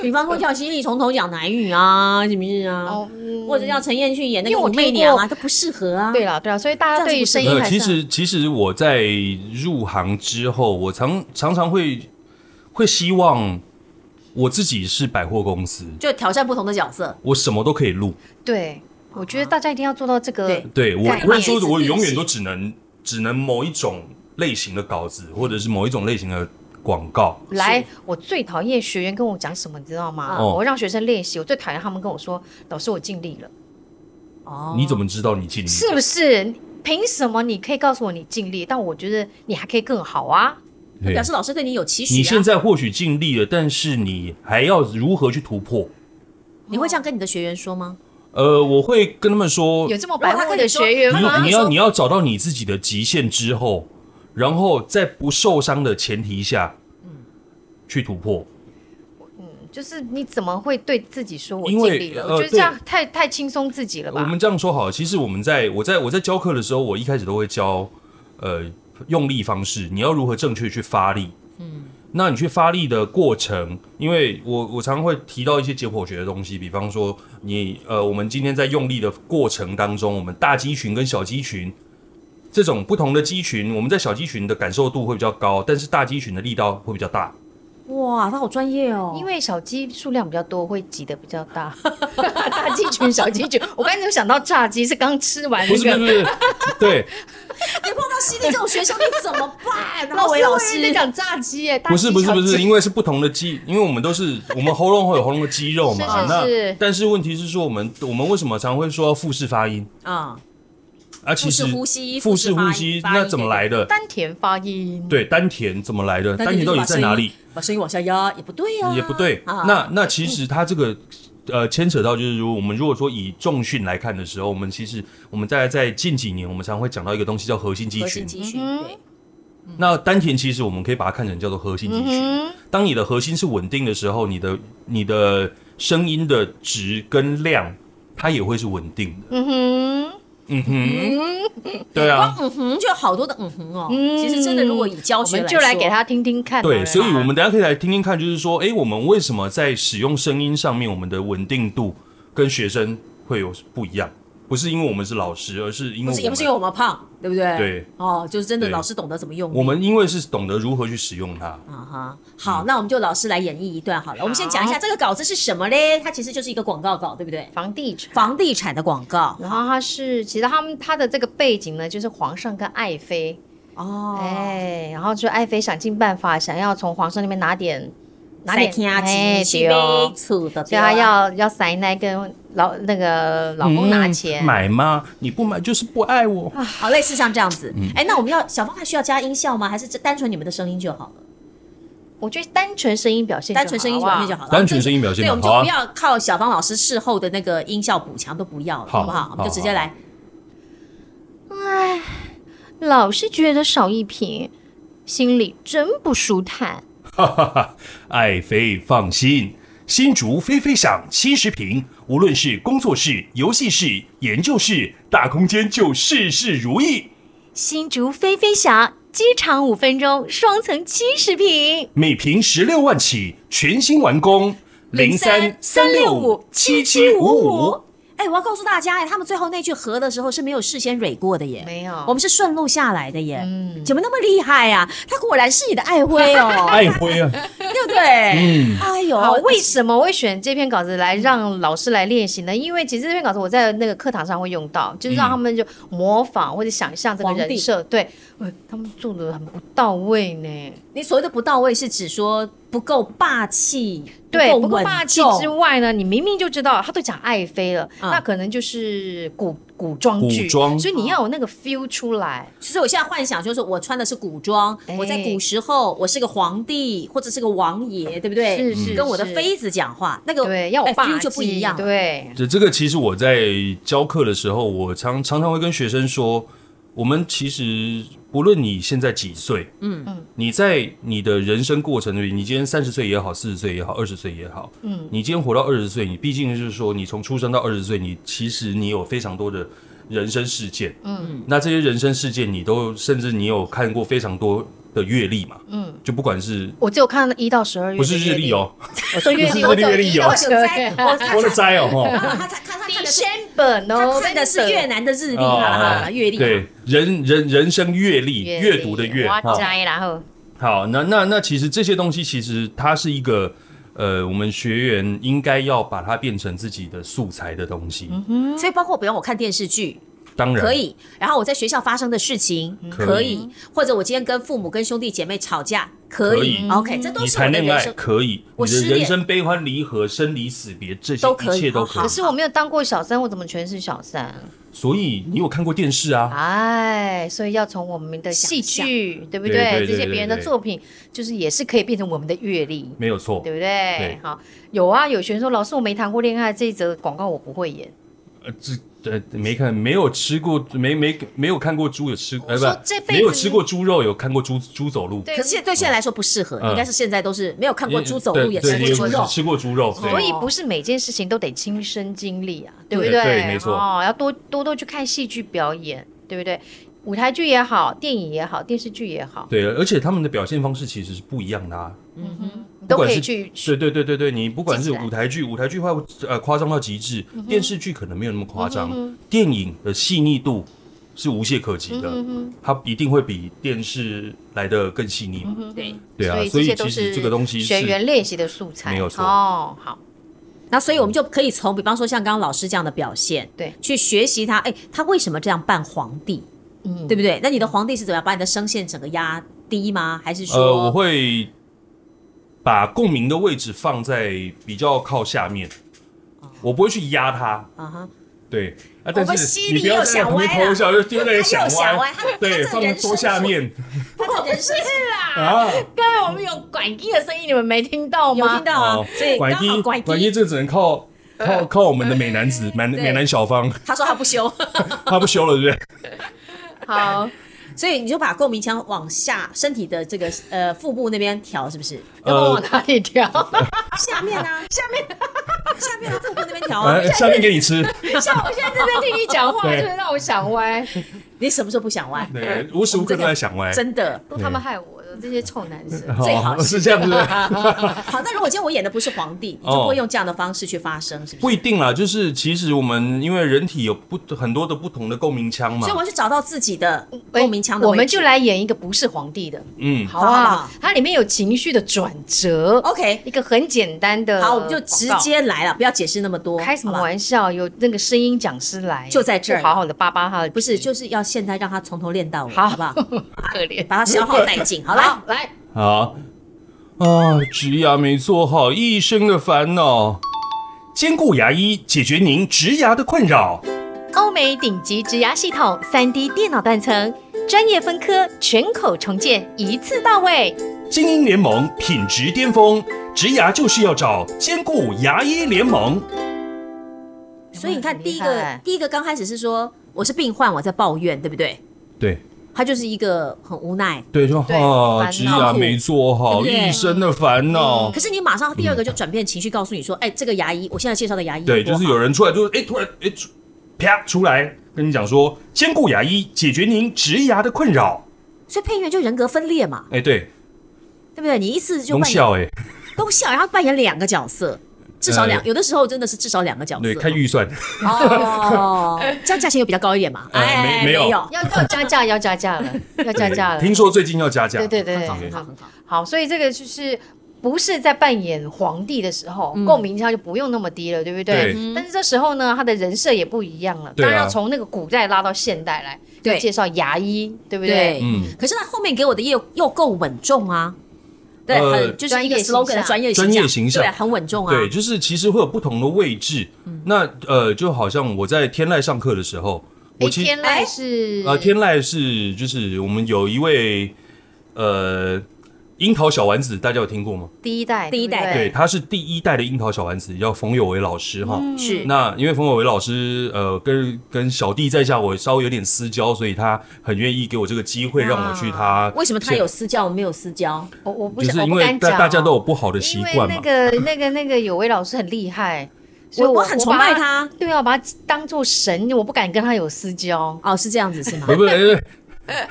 [SPEAKER 2] 比方说叫犀利从头讲男语啊，是不是啊？
[SPEAKER 1] 哦嗯
[SPEAKER 2] 或者叫陈燕去演那
[SPEAKER 1] 因
[SPEAKER 2] 个
[SPEAKER 1] 为我
[SPEAKER 2] 武媚
[SPEAKER 1] 听
[SPEAKER 2] 娘啊，
[SPEAKER 1] 过
[SPEAKER 2] 都不适合啊。
[SPEAKER 1] 对了对了，所以大家
[SPEAKER 2] 这样
[SPEAKER 1] 对于
[SPEAKER 2] 是
[SPEAKER 1] 声
[SPEAKER 2] 不
[SPEAKER 1] 音
[SPEAKER 2] 是
[SPEAKER 5] 呃，
[SPEAKER 1] 还
[SPEAKER 5] 其
[SPEAKER 1] 是
[SPEAKER 5] 实其实我在入行之后，我常常常会会希望我自己是百货公司，
[SPEAKER 2] 就挑战不同的角色。
[SPEAKER 5] 我什么都可以录。
[SPEAKER 1] 对，我
[SPEAKER 2] 啊
[SPEAKER 1] 觉得大家一定要做到这个
[SPEAKER 2] 对。
[SPEAKER 5] 对我
[SPEAKER 1] 概
[SPEAKER 5] 不会
[SPEAKER 2] 念
[SPEAKER 5] 说，
[SPEAKER 2] 是
[SPEAKER 5] 我
[SPEAKER 2] 定
[SPEAKER 5] 永远
[SPEAKER 2] 型
[SPEAKER 5] 都只能只能某一种类型的稿子，或者是某一种类型的广告。
[SPEAKER 1] 来
[SPEAKER 2] 是，
[SPEAKER 1] 我最讨厌学员跟我讲什么，你知道吗？
[SPEAKER 5] 哦
[SPEAKER 1] 我会让学生练习，我最讨厌他们跟我说：“老师，我尽力了。
[SPEAKER 5] 嗯
[SPEAKER 2] 哦
[SPEAKER 5] 你怎么知道你尽力？
[SPEAKER 1] 是不是？凭什么你可以告诉我你尽力，但我觉得你还可以更好啊？
[SPEAKER 5] 对
[SPEAKER 2] 表示老师对你有期许、啊？
[SPEAKER 5] 你现在或许尽力了，但是你还要如何去突破？
[SPEAKER 2] 你会这样跟你的学员说吗？
[SPEAKER 5] 呃，我会跟他们说，
[SPEAKER 1] 有这么
[SPEAKER 2] 如果
[SPEAKER 1] 白
[SPEAKER 2] 他
[SPEAKER 1] 目
[SPEAKER 2] 跟
[SPEAKER 1] 的
[SPEAKER 2] 你说
[SPEAKER 1] 学员
[SPEAKER 2] 他
[SPEAKER 1] 吗？
[SPEAKER 2] 跟
[SPEAKER 5] 你你
[SPEAKER 2] 说
[SPEAKER 5] 要你要找到你自己的极限之后，然后在不受伤的前提下，
[SPEAKER 2] 嗯
[SPEAKER 5] 去突破。
[SPEAKER 1] 就是你怎么会对自己说我
[SPEAKER 5] 因
[SPEAKER 1] 尽
[SPEAKER 5] 为
[SPEAKER 1] 力了？
[SPEAKER 5] 呃
[SPEAKER 1] 我觉得这样太太轻松自己了
[SPEAKER 5] 我
[SPEAKER 1] 吧？
[SPEAKER 5] 们这样说好了，其实我们在我在我在教课的时候，我一开始都会教，呃，用力方式，你要如何正确去发力。嗯，那你去发力的过程，因为我我常常会提到一些解剖学的东西，比方说你呃，我们今天在用力的过程当中，我们大肌群跟小肌群这种不同的肌群，我们在小肌群的感受度会比较高，但是大肌群的力道会比较大。
[SPEAKER 2] 哇，他好专业哦。
[SPEAKER 1] 因为小鸡数量比较多，会挤得比较大， 大鸡群、小鸡群。我刚才有想到炸鸡是刚吃完
[SPEAKER 5] 哎不
[SPEAKER 1] 那
[SPEAKER 5] 是不是
[SPEAKER 1] 个，
[SPEAKER 5] 不是，对，
[SPEAKER 2] 你碰到犀利这种学生，你怎么办？
[SPEAKER 1] 老
[SPEAKER 2] 魏
[SPEAKER 1] 师
[SPEAKER 2] 老
[SPEAKER 1] 老师
[SPEAKER 2] 师
[SPEAKER 1] 在，讲炸鸡耶，大
[SPEAKER 5] 不
[SPEAKER 1] 鸡
[SPEAKER 5] 是不是
[SPEAKER 1] 小
[SPEAKER 5] 不是，
[SPEAKER 1] 鸡
[SPEAKER 5] 因为是不同的肌，因为我们都是我们喉咙会有喉咙的肌肉嘛。
[SPEAKER 1] 是是是
[SPEAKER 5] 那但是问题是说，我们我们为什么常会说要腹式发音
[SPEAKER 2] 啊、
[SPEAKER 5] 啊？其实
[SPEAKER 2] 腹式呼吸
[SPEAKER 5] 腹式呼吸
[SPEAKER 2] 腹式发音
[SPEAKER 5] 那怎么来的？
[SPEAKER 1] 丹田发音，
[SPEAKER 5] 对，丹田怎么来的？
[SPEAKER 2] 丹
[SPEAKER 5] 丹
[SPEAKER 2] 田
[SPEAKER 5] 田到
[SPEAKER 2] 就
[SPEAKER 5] 底
[SPEAKER 2] 把
[SPEAKER 5] 在
[SPEAKER 2] 声
[SPEAKER 5] 哪
[SPEAKER 2] 音
[SPEAKER 5] 里？
[SPEAKER 2] 把声音往下压也不对啊，
[SPEAKER 5] 也不对。
[SPEAKER 2] 啊
[SPEAKER 5] 那那其实它这个呃牵扯到就是，如果我们如果说以重训来看的时候，我们其实我们在在近几年，我们常会讲到一个东西叫核心肌
[SPEAKER 2] 核
[SPEAKER 5] 群
[SPEAKER 2] 心。肌群、
[SPEAKER 1] 嗯
[SPEAKER 2] 对，
[SPEAKER 5] 那丹田其实我们可以把它看成叫做核心肌群。
[SPEAKER 1] 嗯，
[SPEAKER 5] 当你的核心是稳定的时候，你的你的声音的值跟量，它也会是稳定的。
[SPEAKER 1] 嗯哼，
[SPEAKER 5] 嗯哼，对啊，
[SPEAKER 2] 嗯哼，就有好多的嗯哼哦。其实真的，如果以教
[SPEAKER 1] 我
[SPEAKER 2] 学
[SPEAKER 1] 们
[SPEAKER 2] 来
[SPEAKER 1] 就来给
[SPEAKER 2] 说
[SPEAKER 1] 他听听看好了啦。
[SPEAKER 5] 对，所以我们等一下可以来听听看，就是说，诶，我们为什么在使用声音上面，我们的稳定度跟学生会有不一样？不是因为我们是老师，而是因为
[SPEAKER 2] 不
[SPEAKER 5] 我
[SPEAKER 2] 是哎
[SPEAKER 5] 们
[SPEAKER 2] 也不是因为我们胖，对不对？
[SPEAKER 5] 对。
[SPEAKER 2] 哦，就是真的
[SPEAKER 5] 嗯对
[SPEAKER 2] 老师懂得怎么用力。
[SPEAKER 5] 我们嗯因为是懂得如何去使用它。
[SPEAKER 2] 啊哈，好，那我们就老师来演绎一段好了。我们先讲一下这个稿子是什么嘞？它其实就是一个广告稿，对不对？
[SPEAKER 1] 房地产。
[SPEAKER 2] 房地产的广告
[SPEAKER 1] 然后他是，其实他们他的这个背景呢，就是皇上跟爱妃，
[SPEAKER 2] 哦，
[SPEAKER 1] 哎，然后就爱妃想尽办法，想要从皇上那边拿点拿
[SPEAKER 2] 塞
[SPEAKER 1] 点
[SPEAKER 2] 天啊，
[SPEAKER 1] 哎
[SPEAKER 2] 是
[SPEAKER 1] 对哦
[SPEAKER 2] 杯醋的，
[SPEAKER 1] 所以他要要塞奶跟老那个老公拿钱，
[SPEAKER 5] 嗯买吗？你不买就是不爱我。
[SPEAKER 2] 好类似像这样子。
[SPEAKER 5] 嗯
[SPEAKER 2] 哎，那我们要小芳还需要加音效吗？还是这单纯你们的声音就好了？
[SPEAKER 1] 我觉得单纯声音表现就好，
[SPEAKER 2] 单纯声音表现就
[SPEAKER 1] 好啊
[SPEAKER 2] 好了，
[SPEAKER 5] 单纯声音表现
[SPEAKER 2] 对，我们就
[SPEAKER 5] 好啊
[SPEAKER 2] 不要靠小芳老师事后的那个音效补强都不要了，
[SPEAKER 5] 好
[SPEAKER 2] 好不好？我们就直接
[SPEAKER 5] 好
[SPEAKER 2] 来。
[SPEAKER 1] 不好。老是觉得少一瓶，心里真不舒坦。
[SPEAKER 5] 哈哈哈，爱妃放心，新竹飞飞赏七十平，无论是工作室、游戏室、研究室，大空间就事事如意。
[SPEAKER 3] 新竹飞飞侠机场五分钟，双层七十平。
[SPEAKER 5] 每平十六万起，全新完工。零三三六五七七五五，
[SPEAKER 2] 哎，我要告诉大家，哎，他们最后那句和的时候是没有事先蕊过的耶，
[SPEAKER 1] 没有
[SPEAKER 2] 我们是顺路下来的耶。嗯，怎么那么厉害呀、他果然是你的爱妃 哦，
[SPEAKER 5] 爱辉啊，
[SPEAKER 2] 对不对？
[SPEAKER 5] 嗯，
[SPEAKER 2] 哎呦
[SPEAKER 1] 好，，为
[SPEAKER 2] 为
[SPEAKER 1] 什么会选这篇稿子来让老师来练习呢？因为其实这篇稿子我在那个课堂上会用到，就是让他们就模仿或者想象这个
[SPEAKER 2] 皇帝
[SPEAKER 1] 人设，对，哎他们做的很不到位呢。
[SPEAKER 2] 你所谓的不到位是指说不够霸气，
[SPEAKER 1] 对，
[SPEAKER 2] 不
[SPEAKER 1] 不过
[SPEAKER 2] 稳
[SPEAKER 1] 霸气
[SPEAKER 2] 重
[SPEAKER 1] 之外呢，你明明就知道他都讲爱妃了，
[SPEAKER 2] 嗯
[SPEAKER 1] 那可能就是古古装剧，
[SPEAKER 5] 古装
[SPEAKER 1] 所以你要有那个 feel 出来。
[SPEAKER 2] 所以我现在幻想就是我穿的是古装，
[SPEAKER 1] 哎
[SPEAKER 2] 我在古时候我是个皇帝或者是个王爷，对不对？
[SPEAKER 1] 是是
[SPEAKER 2] 跟我的
[SPEAKER 1] 是
[SPEAKER 2] 妃子讲话，那个
[SPEAKER 1] 对，要有
[SPEAKER 2] 哎
[SPEAKER 1] 霸
[SPEAKER 2] feel
[SPEAKER 1] 气
[SPEAKER 2] 就不一样了。
[SPEAKER 1] 对，
[SPEAKER 5] 这这个其实我在教课的时候，我常常常会跟学生说，我们其实不论你现在几岁，嗯嗯，你在你的人生过程里，你今天三十岁也好，四十岁也好，二十岁也好，嗯，你今天活到二十岁，你毕竟就是说，你从出生到二十岁，你其实你有非常多的人生事件，嗯，那这些人生事件，你都甚至你有看过非常多的阅历嘛，嗯，就不管是
[SPEAKER 1] 我只有看一到十二月，
[SPEAKER 5] 不是日历，哦，
[SPEAKER 1] 我说月历，
[SPEAKER 5] 不
[SPEAKER 1] 我
[SPEAKER 5] 是
[SPEAKER 1] 只有
[SPEAKER 5] 日历
[SPEAKER 1] 一
[SPEAKER 5] 哦
[SPEAKER 1] 到十二月。
[SPEAKER 2] 我他
[SPEAKER 5] 我的灾 哦，吼
[SPEAKER 2] 他他看他看的 是
[SPEAKER 1] December
[SPEAKER 2] 他
[SPEAKER 1] no，
[SPEAKER 2] 看的是越南的日历，哈哈哈哈，啊阅历，
[SPEAKER 5] 哦哎啊对人人人生阅历，阅读的阅，
[SPEAKER 1] 我
[SPEAKER 5] 哈
[SPEAKER 1] 知然后
[SPEAKER 5] 好，那那那其实这些东西其实它是一个呃，我们学员应该要把它变成自己的素材的东西。
[SPEAKER 2] 所以包括比方我看电视剧，
[SPEAKER 5] 当然
[SPEAKER 2] 嗯可，以，然后我在学校发生的事情
[SPEAKER 5] 可以
[SPEAKER 2] 可以，或者我今天跟父母、跟兄弟姐妹吵架可
[SPEAKER 5] 可
[SPEAKER 2] 以
[SPEAKER 5] 以
[SPEAKER 2] ，OK，这都
[SPEAKER 5] 你
[SPEAKER 2] 是我
[SPEAKER 5] 谈
[SPEAKER 2] 的
[SPEAKER 5] 恋
[SPEAKER 2] 人
[SPEAKER 5] 爱
[SPEAKER 2] 生。
[SPEAKER 5] 可以，
[SPEAKER 2] 我
[SPEAKER 5] 你的
[SPEAKER 2] 失恋
[SPEAKER 5] 人生悲欢离合、生离死别，这些
[SPEAKER 2] 都可以
[SPEAKER 5] 一切都
[SPEAKER 2] 好
[SPEAKER 5] 可
[SPEAKER 1] 可
[SPEAKER 5] 以。
[SPEAKER 1] 是我没有当过小三，我怎么全是小三？
[SPEAKER 5] 所以你有看过电视啊？
[SPEAKER 1] 哎，所以要从我们的戏剧，对不
[SPEAKER 5] 对对对
[SPEAKER 1] 这些别人的
[SPEAKER 5] 对对
[SPEAKER 1] 作品，就是也是可以变成我们的阅历，
[SPEAKER 5] 没有错
[SPEAKER 1] 对，不对？好，有啊，有学生说老师我没谈过恋爱，这一则广告我不会演。
[SPEAKER 5] 呃，这呃没看，没有吃过，没没没有看过猪有吃，呃
[SPEAKER 1] 我说
[SPEAKER 5] 不
[SPEAKER 1] 这辈，子
[SPEAKER 5] 没有吃过猪肉，有看过猪猪走路，
[SPEAKER 1] 对
[SPEAKER 2] 可是对现在来说不适合，
[SPEAKER 5] 嗯
[SPEAKER 2] 应该是现在都是没有看过
[SPEAKER 5] 也
[SPEAKER 2] 猪走路，
[SPEAKER 5] 对
[SPEAKER 2] 也
[SPEAKER 5] 对
[SPEAKER 2] 吃过猪
[SPEAKER 5] 也
[SPEAKER 2] 肉。
[SPEAKER 5] 吃过猪肉，对
[SPEAKER 1] 所以不是每件事情都得亲身经历啊，对不
[SPEAKER 5] 对对没错
[SPEAKER 1] 哦，要多多多去看戏剧表演，对不对？舞台剧也好，电影也好，电视剧也好，
[SPEAKER 5] 对，而且他们的表现方式其实是不一样的啊。
[SPEAKER 1] 你
[SPEAKER 5] 不
[SPEAKER 1] 都
[SPEAKER 5] 管
[SPEAKER 1] 可
[SPEAKER 5] 是
[SPEAKER 1] 以去
[SPEAKER 5] 对对对对对，你不管是
[SPEAKER 1] 记起来嗯
[SPEAKER 5] 舞台剧，舞台剧话呃夸张到极致，电视剧可能没有那么夸张，电影的细腻度是无懈可击的，
[SPEAKER 1] 嗯
[SPEAKER 5] 它一定会比电视来的更细腻嘛。
[SPEAKER 2] 对，
[SPEAKER 5] 对啊，所
[SPEAKER 1] 嗯所以这些
[SPEAKER 5] 以
[SPEAKER 1] 都
[SPEAKER 5] 其
[SPEAKER 1] 是
[SPEAKER 5] 实这个东西
[SPEAKER 1] 学
[SPEAKER 5] 是
[SPEAKER 1] 员练习的素材，
[SPEAKER 5] 没有错
[SPEAKER 1] 哦，好，
[SPEAKER 2] 那所以我们就可以从比方说像刚刚老师这样的表现，
[SPEAKER 1] 对，
[SPEAKER 2] 去学习他，哎，他为什么这样扮皇帝？
[SPEAKER 1] 嗯
[SPEAKER 2] 对不对？那你的皇帝是怎么样把你的声线整个压低吗？还是
[SPEAKER 5] 呃，我
[SPEAKER 2] 说
[SPEAKER 5] 会把共鸣的位置放在比较靠下面，
[SPEAKER 1] 哦
[SPEAKER 5] 我不会去压它。
[SPEAKER 2] 啊哈？
[SPEAKER 5] 对啊，
[SPEAKER 2] 我
[SPEAKER 5] 但
[SPEAKER 2] 们
[SPEAKER 5] 是
[SPEAKER 2] 犀
[SPEAKER 5] 你
[SPEAKER 2] 利
[SPEAKER 5] 不要
[SPEAKER 2] 又
[SPEAKER 5] 在
[SPEAKER 2] 想
[SPEAKER 5] 旁边
[SPEAKER 2] 歪了
[SPEAKER 5] 偷笑，就丢在那里
[SPEAKER 2] 他又想歪他他
[SPEAKER 5] 对，
[SPEAKER 2] 这
[SPEAKER 5] 放
[SPEAKER 2] 人生
[SPEAKER 5] 多下
[SPEAKER 2] 是哦
[SPEAKER 5] 面
[SPEAKER 2] 他的人生
[SPEAKER 5] 啊。
[SPEAKER 1] 刚才我们有管机的声音，你们没听到
[SPEAKER 2] 有听
[SPEAKER 1] 吗？
[SPEAKER 2] 到啊
[SPEAKER 5] 哦，
[SPEAKER 2] 所以刚
[SPEAKER 5] 管
[SPEAKER 2] 好
[SPEAKER 5] 机
[SPEAKER 2] 拐
[SPEAKER 5] 管机
[SPEAKER 2] 低，嗯
[SPEAKER 5] 这只能靠靠靠我们的美男子美
[SPEAKER 2] 对
[SPEAKER 5] 美男小芳，
[SPEAKER 2] 他说他不修。
[SPEAKER 5] 他不修了，对不对？呃
[SPEAKER 1] 好，
[SPEAKER 2] 所以你就把共鸣腔往下，身体的这个呃腹部那边调，是不是？
[SPEAKER 1] 要不
[SPEAKER 5] 呃
[SPEAKER 1] 往哪里 调？
[SPEAKER 2] 下面啊， 下面，下面啊，腹部那边调啊。
[SPEAKER 5] 呃，下面给你 吃。
[SPEAKER 1] 像我现在正在听你讲话，
[SPEAKER 5] 对
[SPEAKER 1] 就是让我想歪，
[SPEAKER 2] 你什么时候不想歪？
[SPEAKER 5] 对，无时无刻都在想歪。哦
[SPEAKER 2] 真的。
[SPEAKER 1] 都他们害我的这些臭男生。
[SPEAKER 2] 最好
[SPEAKER 5] 是这样子，
[SPEAKER 2] 好，那如果今天我演的不是皇帝，你就
[SPEAKER 5] 哦
[SPEAKER 2] 不会用这样的方式去发声，是不
[SPEAKER 5] 不
[SPEAKER 2] 是？
[SPEAKER 5] 一定啦。就是其实我们因为人体有不很多的不同的共鸣腔嘛
[SPEAKER 2] 所以，我要去找到自己的
[SPEAKER 1] 哎
[SPEAKER 2] 共鸣腔的
[SPEAKER 1] 我
[SPEAKER 2] 位置。
[SPEAKER 1] 们就来演一个不是皇帝的，
[SPEAKER 5] 嗯，
[SPEAKER 1] 好不好
[SPEAKER 2] 好？啊
[SPEAKER 1] 它里面有情绪的转折
[SPEAKER 2] OK。
[SPEAKER 1] 一个很简单呃的广告，
[SPEAKER 2] 好，我们就直接来了，不要解释那么多。
[SPEAKER 1] 开什么
[SPEAKER 2] 好吧？
[SPEAKER 1] 玩笑？有那个声音讲师来，
[SPEAKER 2] 就在这儿
[SPEAKER 1] 好好的扒扒他的皮，
[SPEAKER 2] 不是，就是要现在让他从头练到尾，
[SPEAKER 1] 好
[SPEAKER 2] 好不 好？
[SPEAKER 1] 可怜。
[SPEAKER 2] 把他消耗殆尽。好来，
[SPEAKER 1] 来，
[SPEAKER 5] 好啊，植牙没做好，一生的烦恼。兼顾牙医，解决您植牙的困扰。
[SPEAKER 3] 欧美顶级植牙系统 3D 电脑断层，专业分科全口重建，一次到位。
[SPEAKER 5] 精英联盟，品质巅峰，植牙就是要找兼顾牙医联盟。
[SPEAKER 2] 所以你看，
[SPEAKER 1] 嗯很厉
[SPEAKER 2] 第一个
[SPEAKER 1] 害
[SPEAKER 2] 第一个刚开始是说我是病患，我在抱怨，对不对？
[SPEAKER 5] 对，
[SPEAKER 2] 他就是一个很无奈。
[SPEAKER 5] 对，就
[SPEAKER 1] 对
[SPEAKER 5] 啊，
[SPEAKER 1] 烦
[SPEAKER 5] 植
[SPEAKER 1] 恼
[SPEAKER 5] 牙没做好，
[SPEAKER 2] 对不对
[SPEAKER 5] 一生的烦恼。
[SPEAKER 2] 可是你马上第二个就转变情绪，告诉你说，哎，这个牙医，我现在介绍的牙医
[SPEAKER 5] 对，
[SPEAKER 2] 多
[SPEAKER 5] 就是
[SPEAKER 2] 好
[SPEAKER 5] 有人出来，就是哎、突然哎、出啪出来跟你讲说，兼顾牙医解决您植牙的困扰。
[SPEAKER 2] 所以配音员就人格分裂嘛，
[SPEAKER 5] 哎、对，
[SPEAKER 2] 对不对？你一次就
[SPEAKER 5] 龙
[SPEAKER 2] 扮演
[SPEAKER 5] 笑哎，
[SPEAKER 2] 都笑，然后扮演两个角色，至少两，
[SPEAKER 5] 呃
[SPEAKER 2] 有的时候真的是至少两个角色。
[SPEAKER 5] 对，看预算，
[SPEAKER 2] 哦，这样价钱又比较高一点嘛？
[SPEAKER 5] 呃没没有
[SPEAKER 2] 哎有，
[SPEAKER 1] 要要加价，要加 价了，要加价了。
[SPEAKER 5] 听说最近要加价，
[SPEAKER 1] 对对对
[SPEAKER 2] 很好
[SPEAKER 1] 对
[SPEAKER 2] 很
[SPEAKER 1] 对，
[SPEAKER 2] 好很好。
[SPEAKER 1] 好，所以这个就是。不是在扮演皇帝的时候，
[SPEAKER 2] 嗯
[SPEAKER 1] 共鸣腔就不用那么低了，对不对？
[SPEAKER 5] 对
[SPEAKER 1] 但是这时候呢，他的人设也不一样了，
[SPEAKER 5] 对啊
[SPEAKER 1] 当然要从那个古代拉到现代来，
[SPEAKER 2] 对
[SPEAKER 1] 要介绍牙医，对不
[SPEAKER 2] 对，
[SPEAKER 1] 对？
[SPEAKER 5] 嗯，
[SPEAKER 2] 可是他后面给我的又又够稳重啊，对，
[SPEAKER 5] 呃
[SPEAKER 2] 很就是一个
[SPEAKER 1] 专业形象
[SPEAKER 2] slogan 的专业
[SPEAKER 5] 专业形象
[SPEAKER 2] 对，很稳重啊。
[SPEAKER 5] 对，就是其实会有不同的位置。那呃，就好像我在天籁上课的时候，我
[SPEAKER 1] 诶
[SPEAKER 5] 其
[SPEAKER 1] 天
[SPEAKER 2] 哎
[SPEAKER 1] 籁是
[SPEAKER 5] 呃，天籁是就是我们有一位呃樱桃小丸子大家有听过吗？
[SPEAKER 1] 第一代，
[SPEAKER 2] 第一代
[SPEAKER 1] 对不
[SPEAKER 5] 对，
[SPEAKER 1] 对，
[SPEAKER 5] 他是第一代的樱桃小丸子，叫冯友为老师哈。
[SPEAKER 2] 是
[SPEAKER 5] 那因为冯友为老师，呃，跟跟小弟在下我稍微有点私交，所以他很愿意给我这个机会，让我去他
[SPEAKER 2] 为什么他有私交，我没有私交？
[SPEAKER 1] 我我不
[SPEAKER 5] 就
[SPEAKER 1] 想，
[SPEAKER 5] 是
[SPEAKER 1] 我
[SPEAKER 5] 因
[SPEAKER 1] 不
[SPEAKER 5] 为
[SPEAKER 1] 敢
[SPEAKER 5] 大
[SPEAKER 1] 讲，
[SPEAKER 5] 大家都有不好的习
[SPEAKER 1] 因为
[SPEAKER 5] 惯嘛
[SPEAKER 1] 那。个那个那个有位老师很厉害，所以
[SPEAKER 2] 我
[SPEAKER 1] 我
[SPEAKER 2] 很崇拜。
[SPEAKER 1] 我把
[SPEAKER 2] 他。
[SPEAKER 1] 对啊，我把他当做神，我不敢跟他有私交。
[SPEAKER 2] 哦，是这样子是吗
[SPEAKER 5] 不？不，哎哎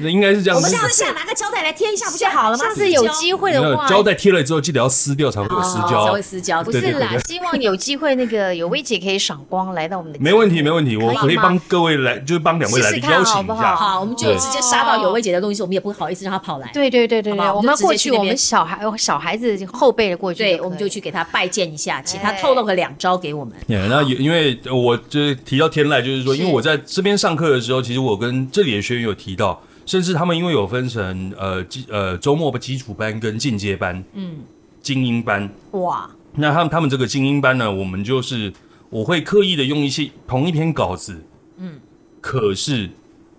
[SPEAKER 5] 那应该是这样
[SPEAKER 2] 我
[SPEAKER 5] 子
[SPEAKER 2] 们。下次下拿个胶带来贴一下不就好了吗？
[SPEAKER 1] 下次有机会的话，
[SPEAKER 5] 胶带贴了之后，记得要撕掉才会有
[SPEAKER 2] 哦
[SPEAKER 5] 私
[SPEAKER 2] 才
[SPEAKER 5] 交
[SPEAKER 2] 会。私交，
[SPEAKER 1] 不
[SPEAKER 5] 对
[SPEAKER 1] 是
[SPEAKER 5] 对
[SPEAKER 1] 啦
[SPEAKER 5] 对，
[SPEAKER 1] 希望有机会那个有薇姐可以赏光来到我们的，
[SPEAKER 5] 没问题，没问题，我
[SPEAKER 1] 可
[SPEAKER 5] 可
[SPEAKER 1] 以
[SPEAKER 5] 以
[SPEAKER 1] 吗
[SPEAKER 5] 帮各位来，就是帮两位来
[SPEAKER 1] 试试看啊
[SPEAKER 5] 邀请
[SPEAKER 1] 好
[SPEAKER 5] 一
[SPEAKER 1] 不好
[SPEAKER 5] 下。
[SPEAKER 2] 啊好，我们就
[SPEAKER 5] 对
[SPEAKER 2] 直接杀到有薇姐的录音室，我们也不好意思让她跑来。
[SPEAKER 1] 对对对对
[SPEAKER 2] 好
[SPEAKER 1] 对，
[SPEAKER 2] 吧我
[SPEAKER 1] 我
[SPEAKER 2] 们就
[SPEAKER 1] 们要过
[SPEAKER 2] 直接去
[SPEAKER 1] 去，
[SPEAKER 2] 那
[SPEAKER 1] 我
[SPEAKER 2] 边
[SPEAKER 1] 们小孩小孩子后辈的过去，
[SPEAKER 2] 对，我们就。去给她拜见一下，请她透露个两招给我们。
[SPEAKER 5] Yeah, 那也因为呃我就是提到天籁，就是说，因为我在这边上课的时候，其实我跟这里的学员有提到，甚至他们因为有分成呃基呃周末基础班跟进阶班，嗯，精英班。
[SPEAKER 2] 哇，
[SPEAKER 5] 那他们他们这个精英班呢，我们就是我会刻意的用一些同一篇稿子，嗯，可是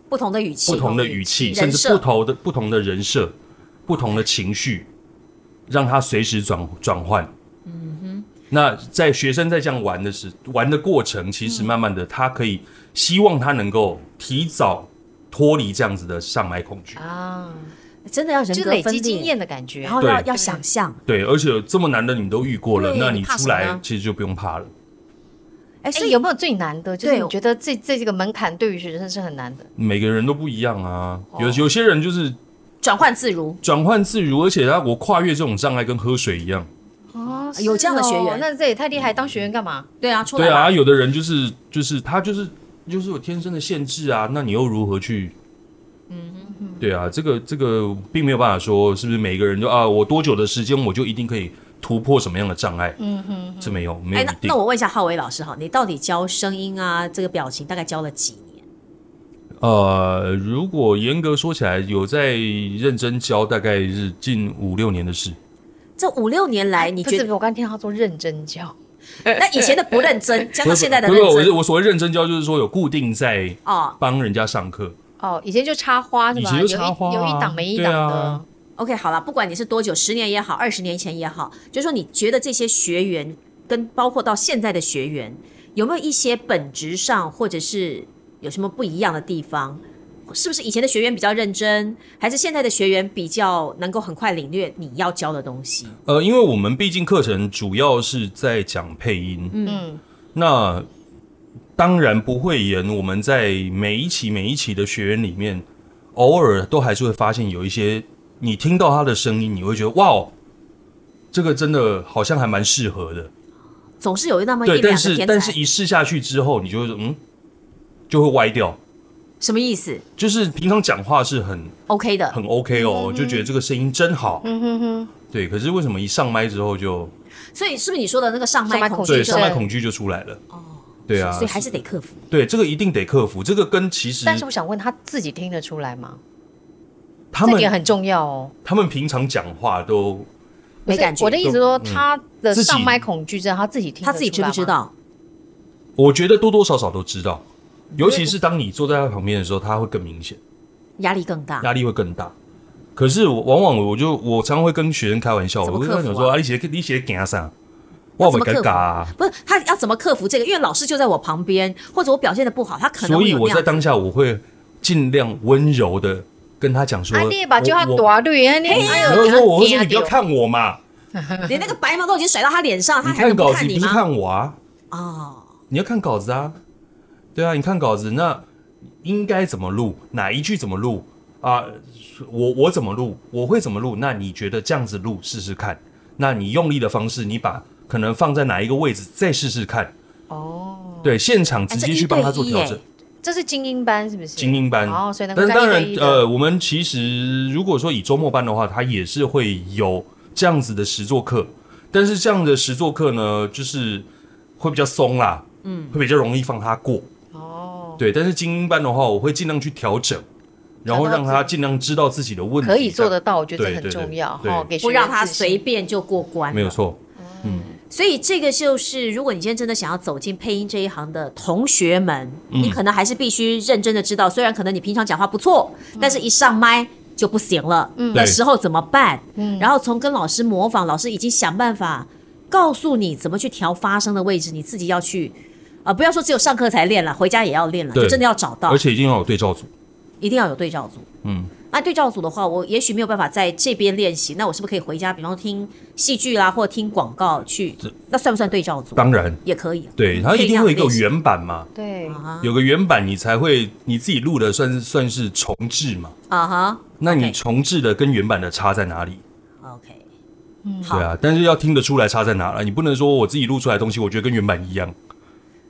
[SPEAKER 2] 不同的语气，
[SPEAKER 5] 不同的语气，
[SPEAKER 2] 人
[SPEAKER 5] 甚至
[SPEAKER 2] 设
[SPEAKER 5] 不同的不同的人设、不同的情绪，让他随时转转换。嗯哼。那在学生在这样玩的时玩的过程，其实慢慢的，他可以希望他能够提早脱离这样子的上麦恐惧。
[SPEAKER 1] 啊，
[SPEAKER 2] 真的要人
[SPEAKER 1] 就
[SPEAKER 2] 格
[SPEAKER 1] 累
[SPEAKER 2] 分
[SPEAKER 1] 积
[SPEAKER 2] 裂
[SPEAKER 1] 经，验的感觉。
[SPEAKER 2] 然后要
[SPEAKER 5] 对
[SPEAKER 2] 要想象。
[SPEAKER 5] 对，而且这么难的你都遇过了，
[SPEAKER 2] 对
[SPEAKER 5] 那
[SPEAKER 2] 你
[SPEAKER 5] 你
[SPEAKER 2] 怕
[SPEAKER 5] 出
[SPEAKER 2] 什么
[SPEAKER 5] 来
[SPEAKER 2] 呢
[SPEAKER 5] 其实就不用怕了。
[SPEAKER 2] 哎，
[SPEAKER 1] 哎、
[SPEAKER 2] 所以
[SPEAKER 1] 有没有最难的？就是
[SPEAKER 2] 对
[SPEAKER 1] 你觉得这这这个门槛对于学生是很难的。
[SPEAKER 5] 每个人都不一样啊，有有些人就是
[SPEAKER 2] 转换自如，
[SPEAKER 5] 转换自如，而且他我跨越这种障碍跟喝水一样。
[SPEAKER 1] 哦
[SPEAKER 2] 有这样的学员
[SPEAKER 1] 那这也太厉害，当学员干嘛？
[SPEAKER 2] 对啊，出来
[SPEAKER 5] 对啊，
[SPEAKER 2] 吧，
[SPEAKER 5] 有的人就是就是他就是就是有天生的限制啊，那你又如何去？嗯，对啊，这个这个并没有办法说是不是每个人就啊，我多久的时间我就一定可以突破什么样的障碍？嗯哼，这没有没有
[SPEAKER 2] 哎，
[SPEAKER 5] 一
[SPEAKER 2] 那
[SPEAKER 5] 定
[SPEAKER 2] 那。我问一下浩伟老师哈，你到底教声音啊，这个表情大概教了几年？
[SPEAKER 5] 呃，如果严格说起来，有在认真教，大概是近五六年的事。
[SPEAKER 2] 这五六年来，你
[SPEAKER 1] 不
[SPEAKER 2] 觉
[SPEAKER 1] 是，
[SPEAKER 2] 得
[SPEAKER 1] 我刚听他说认真教，
[SPEAKER 2] 那以前的不认真，加上现在的
[SPEAKER 5] 不
[SPEAKER 2] 认
[SPEAKER 5] 是，我是
[SPEAKER 2] 真
[SPEAKER 5] 我所谓认真教，就是说有固定在
[SPEAKER 2] 哦
[SPEAKER 5] 帮人家上课。
[SPEAKER 1] 哦，以前就插花是
[SPEAKER 5] 以
[SPEAKER 1] 吧？
[SPEAKER 5] 前就插花啊
[SPEAKER 1] 有一有一档没一档
[SPEAKER 5] 对
[SPEAKER 1] 的
[SPEAKER 5] 啊，
[SPEAKER 2] OK，好了，不管你是多久，十年也好，二十年前也好，就是说你觉得这些学员跟包括到现在的学员，有没有一些本质上或者是有什么不一样的地方？是不是以前的学员比较认真，还是现在的学员比较能够很快领略你要教的东西？
[SPEAKER 5] 呃，因为我们毕竟课程主要是在讲配音，
[SPEAKER 1] 嗯，
[SPEAKER 5] 那当然不会演，我们在每一期每一期的学员里面，偶尔都还是会发现有一些，你听到他的声音，你会觉得哇哦，这个真的好像还蛮适合的。
[SPEAKER 2] 总是有那么一
[SPEAKER 5] 对，但
[SPEAKER 2] 两个
[SPEAKER 5] 是
[SPEAKER 2] 天
[SPEAKER 5] 但是
[SPEAKER 2] 才，
[SPEAKER 5] 一试下去之后，你就会说嗯，就会歪掉。
[SPEAKER 2] 什么意思
[SPEAKER 5] 就是平常讲话是很
[SPEAKER 2] ？OK 的，
[SPEAKER 5] 很 OK
[SPEAKER 2] 嗯
[SPEAKER 5] 哦，就觉得这个声音真好。
[SPEAKER 1] 嗯哼哼，
[SPEAKER 5] 对，可是为什么一上麦之后就
[SPEAKER 2] 所以是不是你说的那个上
[SPEAKER 1] 上
[SPEAKER 2] 麦
[SPEAKER 1] 麦
[SPEAKER 2] 恐
[SPEAKER 1] 恐
[SPEAKER 2] 惧
[SPEAKER 5] 对
[SPEAKER 1] 惧
[SPEAKER 2] 症
[SPEAKER 5] 上？麦恐惧就出来了？哦，对啊，
[SPEAKER 2] 所以还是得克服。
[SPEAKER 5] 对这个一定得克服。这个跟其实
[SPEAKER 1] 但是我想问，他自己听得出来吗？
[SPEAKER 5] 他
[SPEAKER 1] 这
[SPEAKER 5] 们
[SPEAKER 1] 点很重要哦。
[SPEAKER 5] 他们平常讲话都
[SPEAKER 2] 没
[SPEAKER 1] 不是
[SPEAKER 2] 感觉
[SPEAKER 1] 我的意思说，
[SPEAKER 5] 嗯
[SPEAKER 1] 他的
[SPEAKER 5] 自己
[SPEAKER 1] 上麦恐惧症，他自己听，
[SPEAKER 2] 他自己知不知？道？
[SPEAKER 5] 我觉得多多少少都知道，尤其是当你坐在他旁边的时候，他会更明显，
[SPEAKER 2] 压力更大，
[SPEAKER 5] 压力会更大。可是我往往我就我常会跟学生开玩笑，
[SPEAKER 2] 怎么
[SPEAKER 5] 我会跟他
[SPEAKER 2] 克服
[SPEAKER 5] 讲
[SPEAKER 2] 啊
[SPEAKER 5] 说：“啊，你写你写干啥？我
[SPEAKER 2] 怎
[SPEAKER 5] 很
[SPEAKER 2] 么
[SPEAKER 5] 尴
[SPEAKER 2] 克服
[SPEAKER 5] 尬啊。
[SPEAKER 2] 不是他要怎么克服这个？因为老师就在我旁边，或者我表现的不好，他”可能
[SPEAKER 5] 所
[SPEAKER 2] 会
[SPEAKER 5] 以
[SPEAKER 2] 有
[SPEAKER 5] 我
[SPEAKER 2] 那
[SPEAKER 5] 在
[SPEAKER 2] 样。
[SPEAKER 5] 当下我会尽量温柔的跟他讲说：“
[SPEAKER 1] 啊，你把就他
[SPEAKER 5] 我
[SPEAKER 1] 大绿，啊你哎
[SPEAKER 5] 我
[SPEAKER 1] 呦，
[SPEAKER 5] 我会说我会说
[SPEAKER 1] 他
[SPEAKER 5] 你不要看我嘛，
[SPEAKER 2] 连那个白毛都已经甩到他脸上，
[SPEAKER 5] 你
[SPEAKER 2] 他还
[SPEAKER 5] 看
[SPEAKER 2] 能不
[SPEAKER 5] 稿子
[SPEAKER 2] 看
[SPEAKER 5] 你
[SPEAKER 2] 你
[SPEAKER 5] 不是
[SPEAKER 2] 吗？
[SPEAKER 5] 看我啊，
[SPEAKER 2] 哦，
[SPEAKER 5] 你要看稿子啊，对啊，你看稿子，那应该怎么录，哪一句怎么录啊？我我怎么录，我会怎么录？那你觉得这样子录试试看？那你用力的方式，你把可能放在哪一个位置再试试看？
[SPEAKER 1] 哦，
[SPEAKER 5] 对，现场直
[SPEAKER 2] 哎这
[SPEAKER 5] 接
[SPEAKER 2] 一
[SPEAKER 5] 去帮他做
[SPEAKER 2] 对一
[SPEAKER 5] 调
[SPEAKER 2] 耶
[SPEAKER 5] 整。
[SPEAKER 1] 这是精英班是不是？
[SPEAKER 5] 精英班，
[SPEAKER 1] 哦，所以能够
[SPEAKER 5] 但
[SPEAKER 1] 在
[SPEAKER 5] 当然
[SPEAKER 1] 一对一，的
[SPEAKER 5] 呃，我们其实如果说以周末班的话，它也是会有这样子的实作课，但是这样的实作课呢，就是会比较松啦，嗯，会比较容易放它过，
[SPEAKER 1] 哦，
[SPEAKER 5] 对。但是精英班的话，我会尽量去调整，然后让他尽量知道自己的问题，
[SPEAKER 1] 可以做得到，我觉得
[SPEAKER 5] 对
[SPEAKER 1] 这很
[SPEAKER 5] 对对
[SPEAKER 1] 重要
[SPEAKER 5] 对
[SPEAKER 1] 哈，给学
[SPEAKER 2] 不
[SPEAKER 1] 员
[SPEAKER 2] 让他
[SPEAKER 1] 自信
[SPEAKER 2] 随便就过关了
[SPEAKER 5] 这样没有。错，
[SPEAKER 2] 所以这个就是，如果你今天真的想要走进配音这一行的同学
[SPEAKER 5] 嗯
[SPEAKER 2] 们，你可能还是必须认真的知道，虽然可能你平常讲话不错，但是一上麦就不行了
[SPEAKER 5] 嗯
[SPEAKER 2] 的时候怎么办？然后从跟老师模仿，老师已经想办法告诉你怎么去调发声的位置，你自己要去啊、呃不要说只有上课才练了，回家也要练了，
[SPEAKER 5] 对
[SPEAKER 2] 就真的要找到
[SPEAKER 5] 而，且一定要有对照组。
[SPEAKER 2] 一定要有对照组。
[SPEAKER 5] 嗯，
[SPEAKER 2] 那对照组的话，我也许没有办法在这边练习，那我是不是可以回家，比方说听戏剧啦，或听广告去？那算不算对照组？
[SPEAKER 5] 当然，
[SPEAKER 2] 也可以。
[SPEAKER 5] 对，它一定会有一个原版嘛，
[SPEAKER 1] 对，
[SPEAKER 2] 啊
[SPEAKER 5] 有个原版你才会你自己录的算是算是重置嘛。
[SPEAKER 2] 啊哈，
[SPEAKER 5] 那你
[SPEAKER 2] OK
[SPEAKER 5] 重置的跟原版的差在哪里？
[SPEAKER 2] OK，好
[SPEAKER 5] 对啊，但是要听得出来差在哪了。你不能说我自己录出来的东西，我觉得跟原版一样。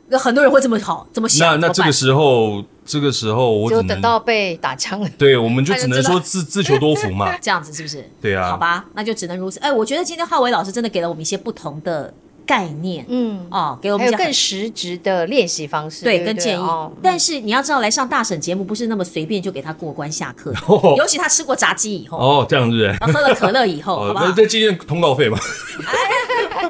[SPEAKER 2] 那很多人会这么好这么
[SPEAKER 5] 那
[SPEAKER 2] 想，
[SPEAKER 5] 那这
[SPEAKER 2] 怎么
[SPEAKER 5] 个
[SPEAKER 2] 办。
[SPEAKER 5] 时候，这个时候我
[SPEAKER 1] 就
[SPEAKER 5] 只
[SPEAKER 1] 等
[SPEAKER 5] 能
[SPEAKER 1] 到被打枪了。
[SPEAKER 5] 对，我们就
[SPEAKER 1] 他就
[SPEAKER 5] 只能
[SPEAKER 1] 知道
[SPEAKER 5] 说自自求多福嘛
[SPEAKER 2] 这样子是不是？
[SPEAKER 5] 对啊
[SPEAKER 2] 好吧，那就只能如此。哎，我觉得今天浩伟老师真的给了我们一些不同的概念，
[SPEAKER 1] 嗯，
[SPEAKER 2] 哦，给我
[SPEAKER 1] 还
[SPEAKER 2] 们一
[SPEAKER 1] 有
[SPEAKER 2] 些
[SPEAKER 1] 更实质的练习方式，
[SPEAKER 2] 对
[SPEAKER 1] 对，
[SPEAKER 2] 跟建议
[SPEAKER 1] 哦。
[SPEAKER 2] 但是你要知道，来上大婶节目不是那么随便就给他过关下课的，
[SPEAKER 5] 哦
[SPEAKER 2] 尤其他吃过炸鸡以后。
[SPEAKER 5] 哦，这样子。
[SPEAKER 2] 然后喝了可乐以后，好
[SPEAKER 5] 哦，
[SPEAKER 2] 不好
[SPEAKER 5] 那？这纪念通告费嘛，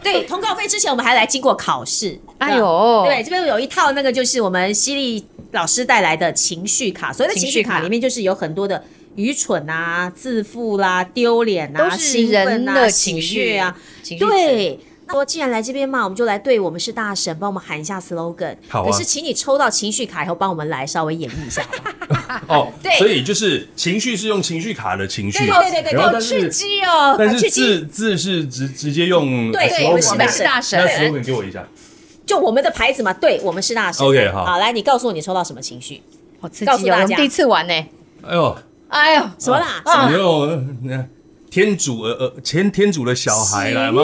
[SPEAKER 2] 对，通告费之前我们还来经过考试。
[SPEAKER 1] 哎呦，
[SPEAKER 2] 对，，这边有一套那个就是我们犀利老师带来的情绪卡，所谓的情绪卡里面就是有很多的愚蠢啊、自负啦、丢脸啊、
[SPEAKER 1] 都是
[SPEAKER 2] 兴奋
[SPEAKER 1] 人
[SPEAKER 2] 啊、
[SPEAKER 1] 的
[SPEAKER 2] 喜
[SPEAKER 1] 情
[SPEAKER 2] 悦
[SPEAKER 1] 绪
[SPEAKER 2] 啊。，
[SPEAKER 1] 情绪词，
[SPEAKER 2] 对，那说既然来这边嘛，我们就来对我们是大神，帮我们喊一下 slogan。
[SPEAKER 5] 好啊
[SPEAKER 2] 可是请你抽到情绪卡以后，帮我们来 稍微演绎一下好不好。
[SPEAKER 5] 哦
[SPEAKER 2] 对，
[SPEAKER 5] 所以就是情绪是用情绪卡的情绪，然后
[SPEAKER 2] 好
[SPEAKER 5] 但
[SPEAKER 2] 刺
[SPEAKER 5] 是
[SPEAKER 2] 激哦，
[SPEAKER 5] 但是
[SPEAKER 2] 刺激！
[SPEAKER 5] 字字是直直接用
[SPEAKER 2] 对
[SPEAKER 5] slogan
[SPEAKER 2] 对我们是
[SPEAKER 5] 嘛
[SPEAKER 2] 大神
[SPEAKER 1] 大神
[SPEAKER 5] 那 slogan 给我一下，
[SPEAKER 2] 就我们的牌子嘛，对我们是大神。
[SPEAKER 5] OK，好
[SPEAKER 2] 来，你告诉我你抽到什么情绪？
[SPEAKER 1] 好刺
[SPEAKER 2] 告诉
[SPEAKER 1] 激哦！
[SPEAKER 2] 大
[SPEAKER 1] 我
[SPEAKER 2] 家
[SPEAKER 1] 们第一次玩呢，
[SPEAKER 5] 哎呦，
[SPEAKER 1] 哎呦，
[SPEAKER 2] 什么啦？
[SPEAKER 5] 哎呦，那天主呃呃前天主的小孩来嘛，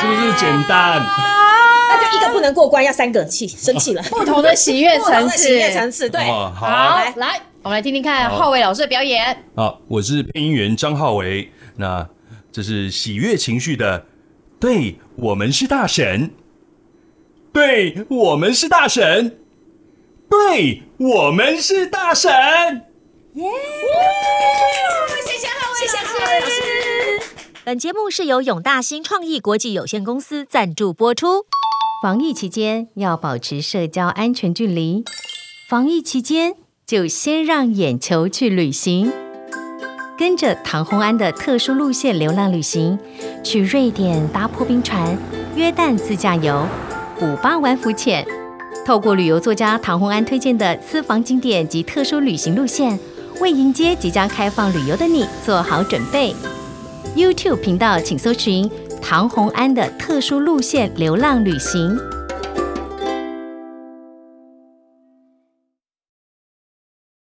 [SPEAKER 5] 是不是简单？
[SPEAKER 2] 那就一个不能过关，要三个，气生 气了。
[SPEAKER 1] 啊不同的喜 悦
[SPEAKER 2] 不同
[SPEAKER 1] 层
[SPEAKER 2] 的
[SPEAKER 1] 次
[SPEAKER 2] 企，业层次，对，
[SPEAKER 5] 哦
[SPEAKER 1] 好
[SPEAKER 5] 好啊
[SPEAKER 2] 来
[SPEAKER 1] 来，我们来听听看浩伟老师的表演。
[SPEAKER 5] 好，啊我是配音员张浩维，那这是喜悦情绪的，对我们是大神，对我们是大神，对我们是大神。
[SPEAKER 2] 谢谢浩伟，谢谢浩伟老师。
[SPEAKER 3] 本节目是由永大新创意国际有限公司赞助播出。防疫期间要保持社交安全距离，防疫期间就先让眼球去旅行，跟着唐红安的特殊路线流浪旅行，去瑞典搭破冰船，约旦自驾游，古巴玩浮潜。透过旅游作家唐红安推荐的私房景点及特殊旅行路线，为迎接即将开放旅游的你做好准备。YouTube 频道请搜寻“唐红安的特殊路线流浪旅行”。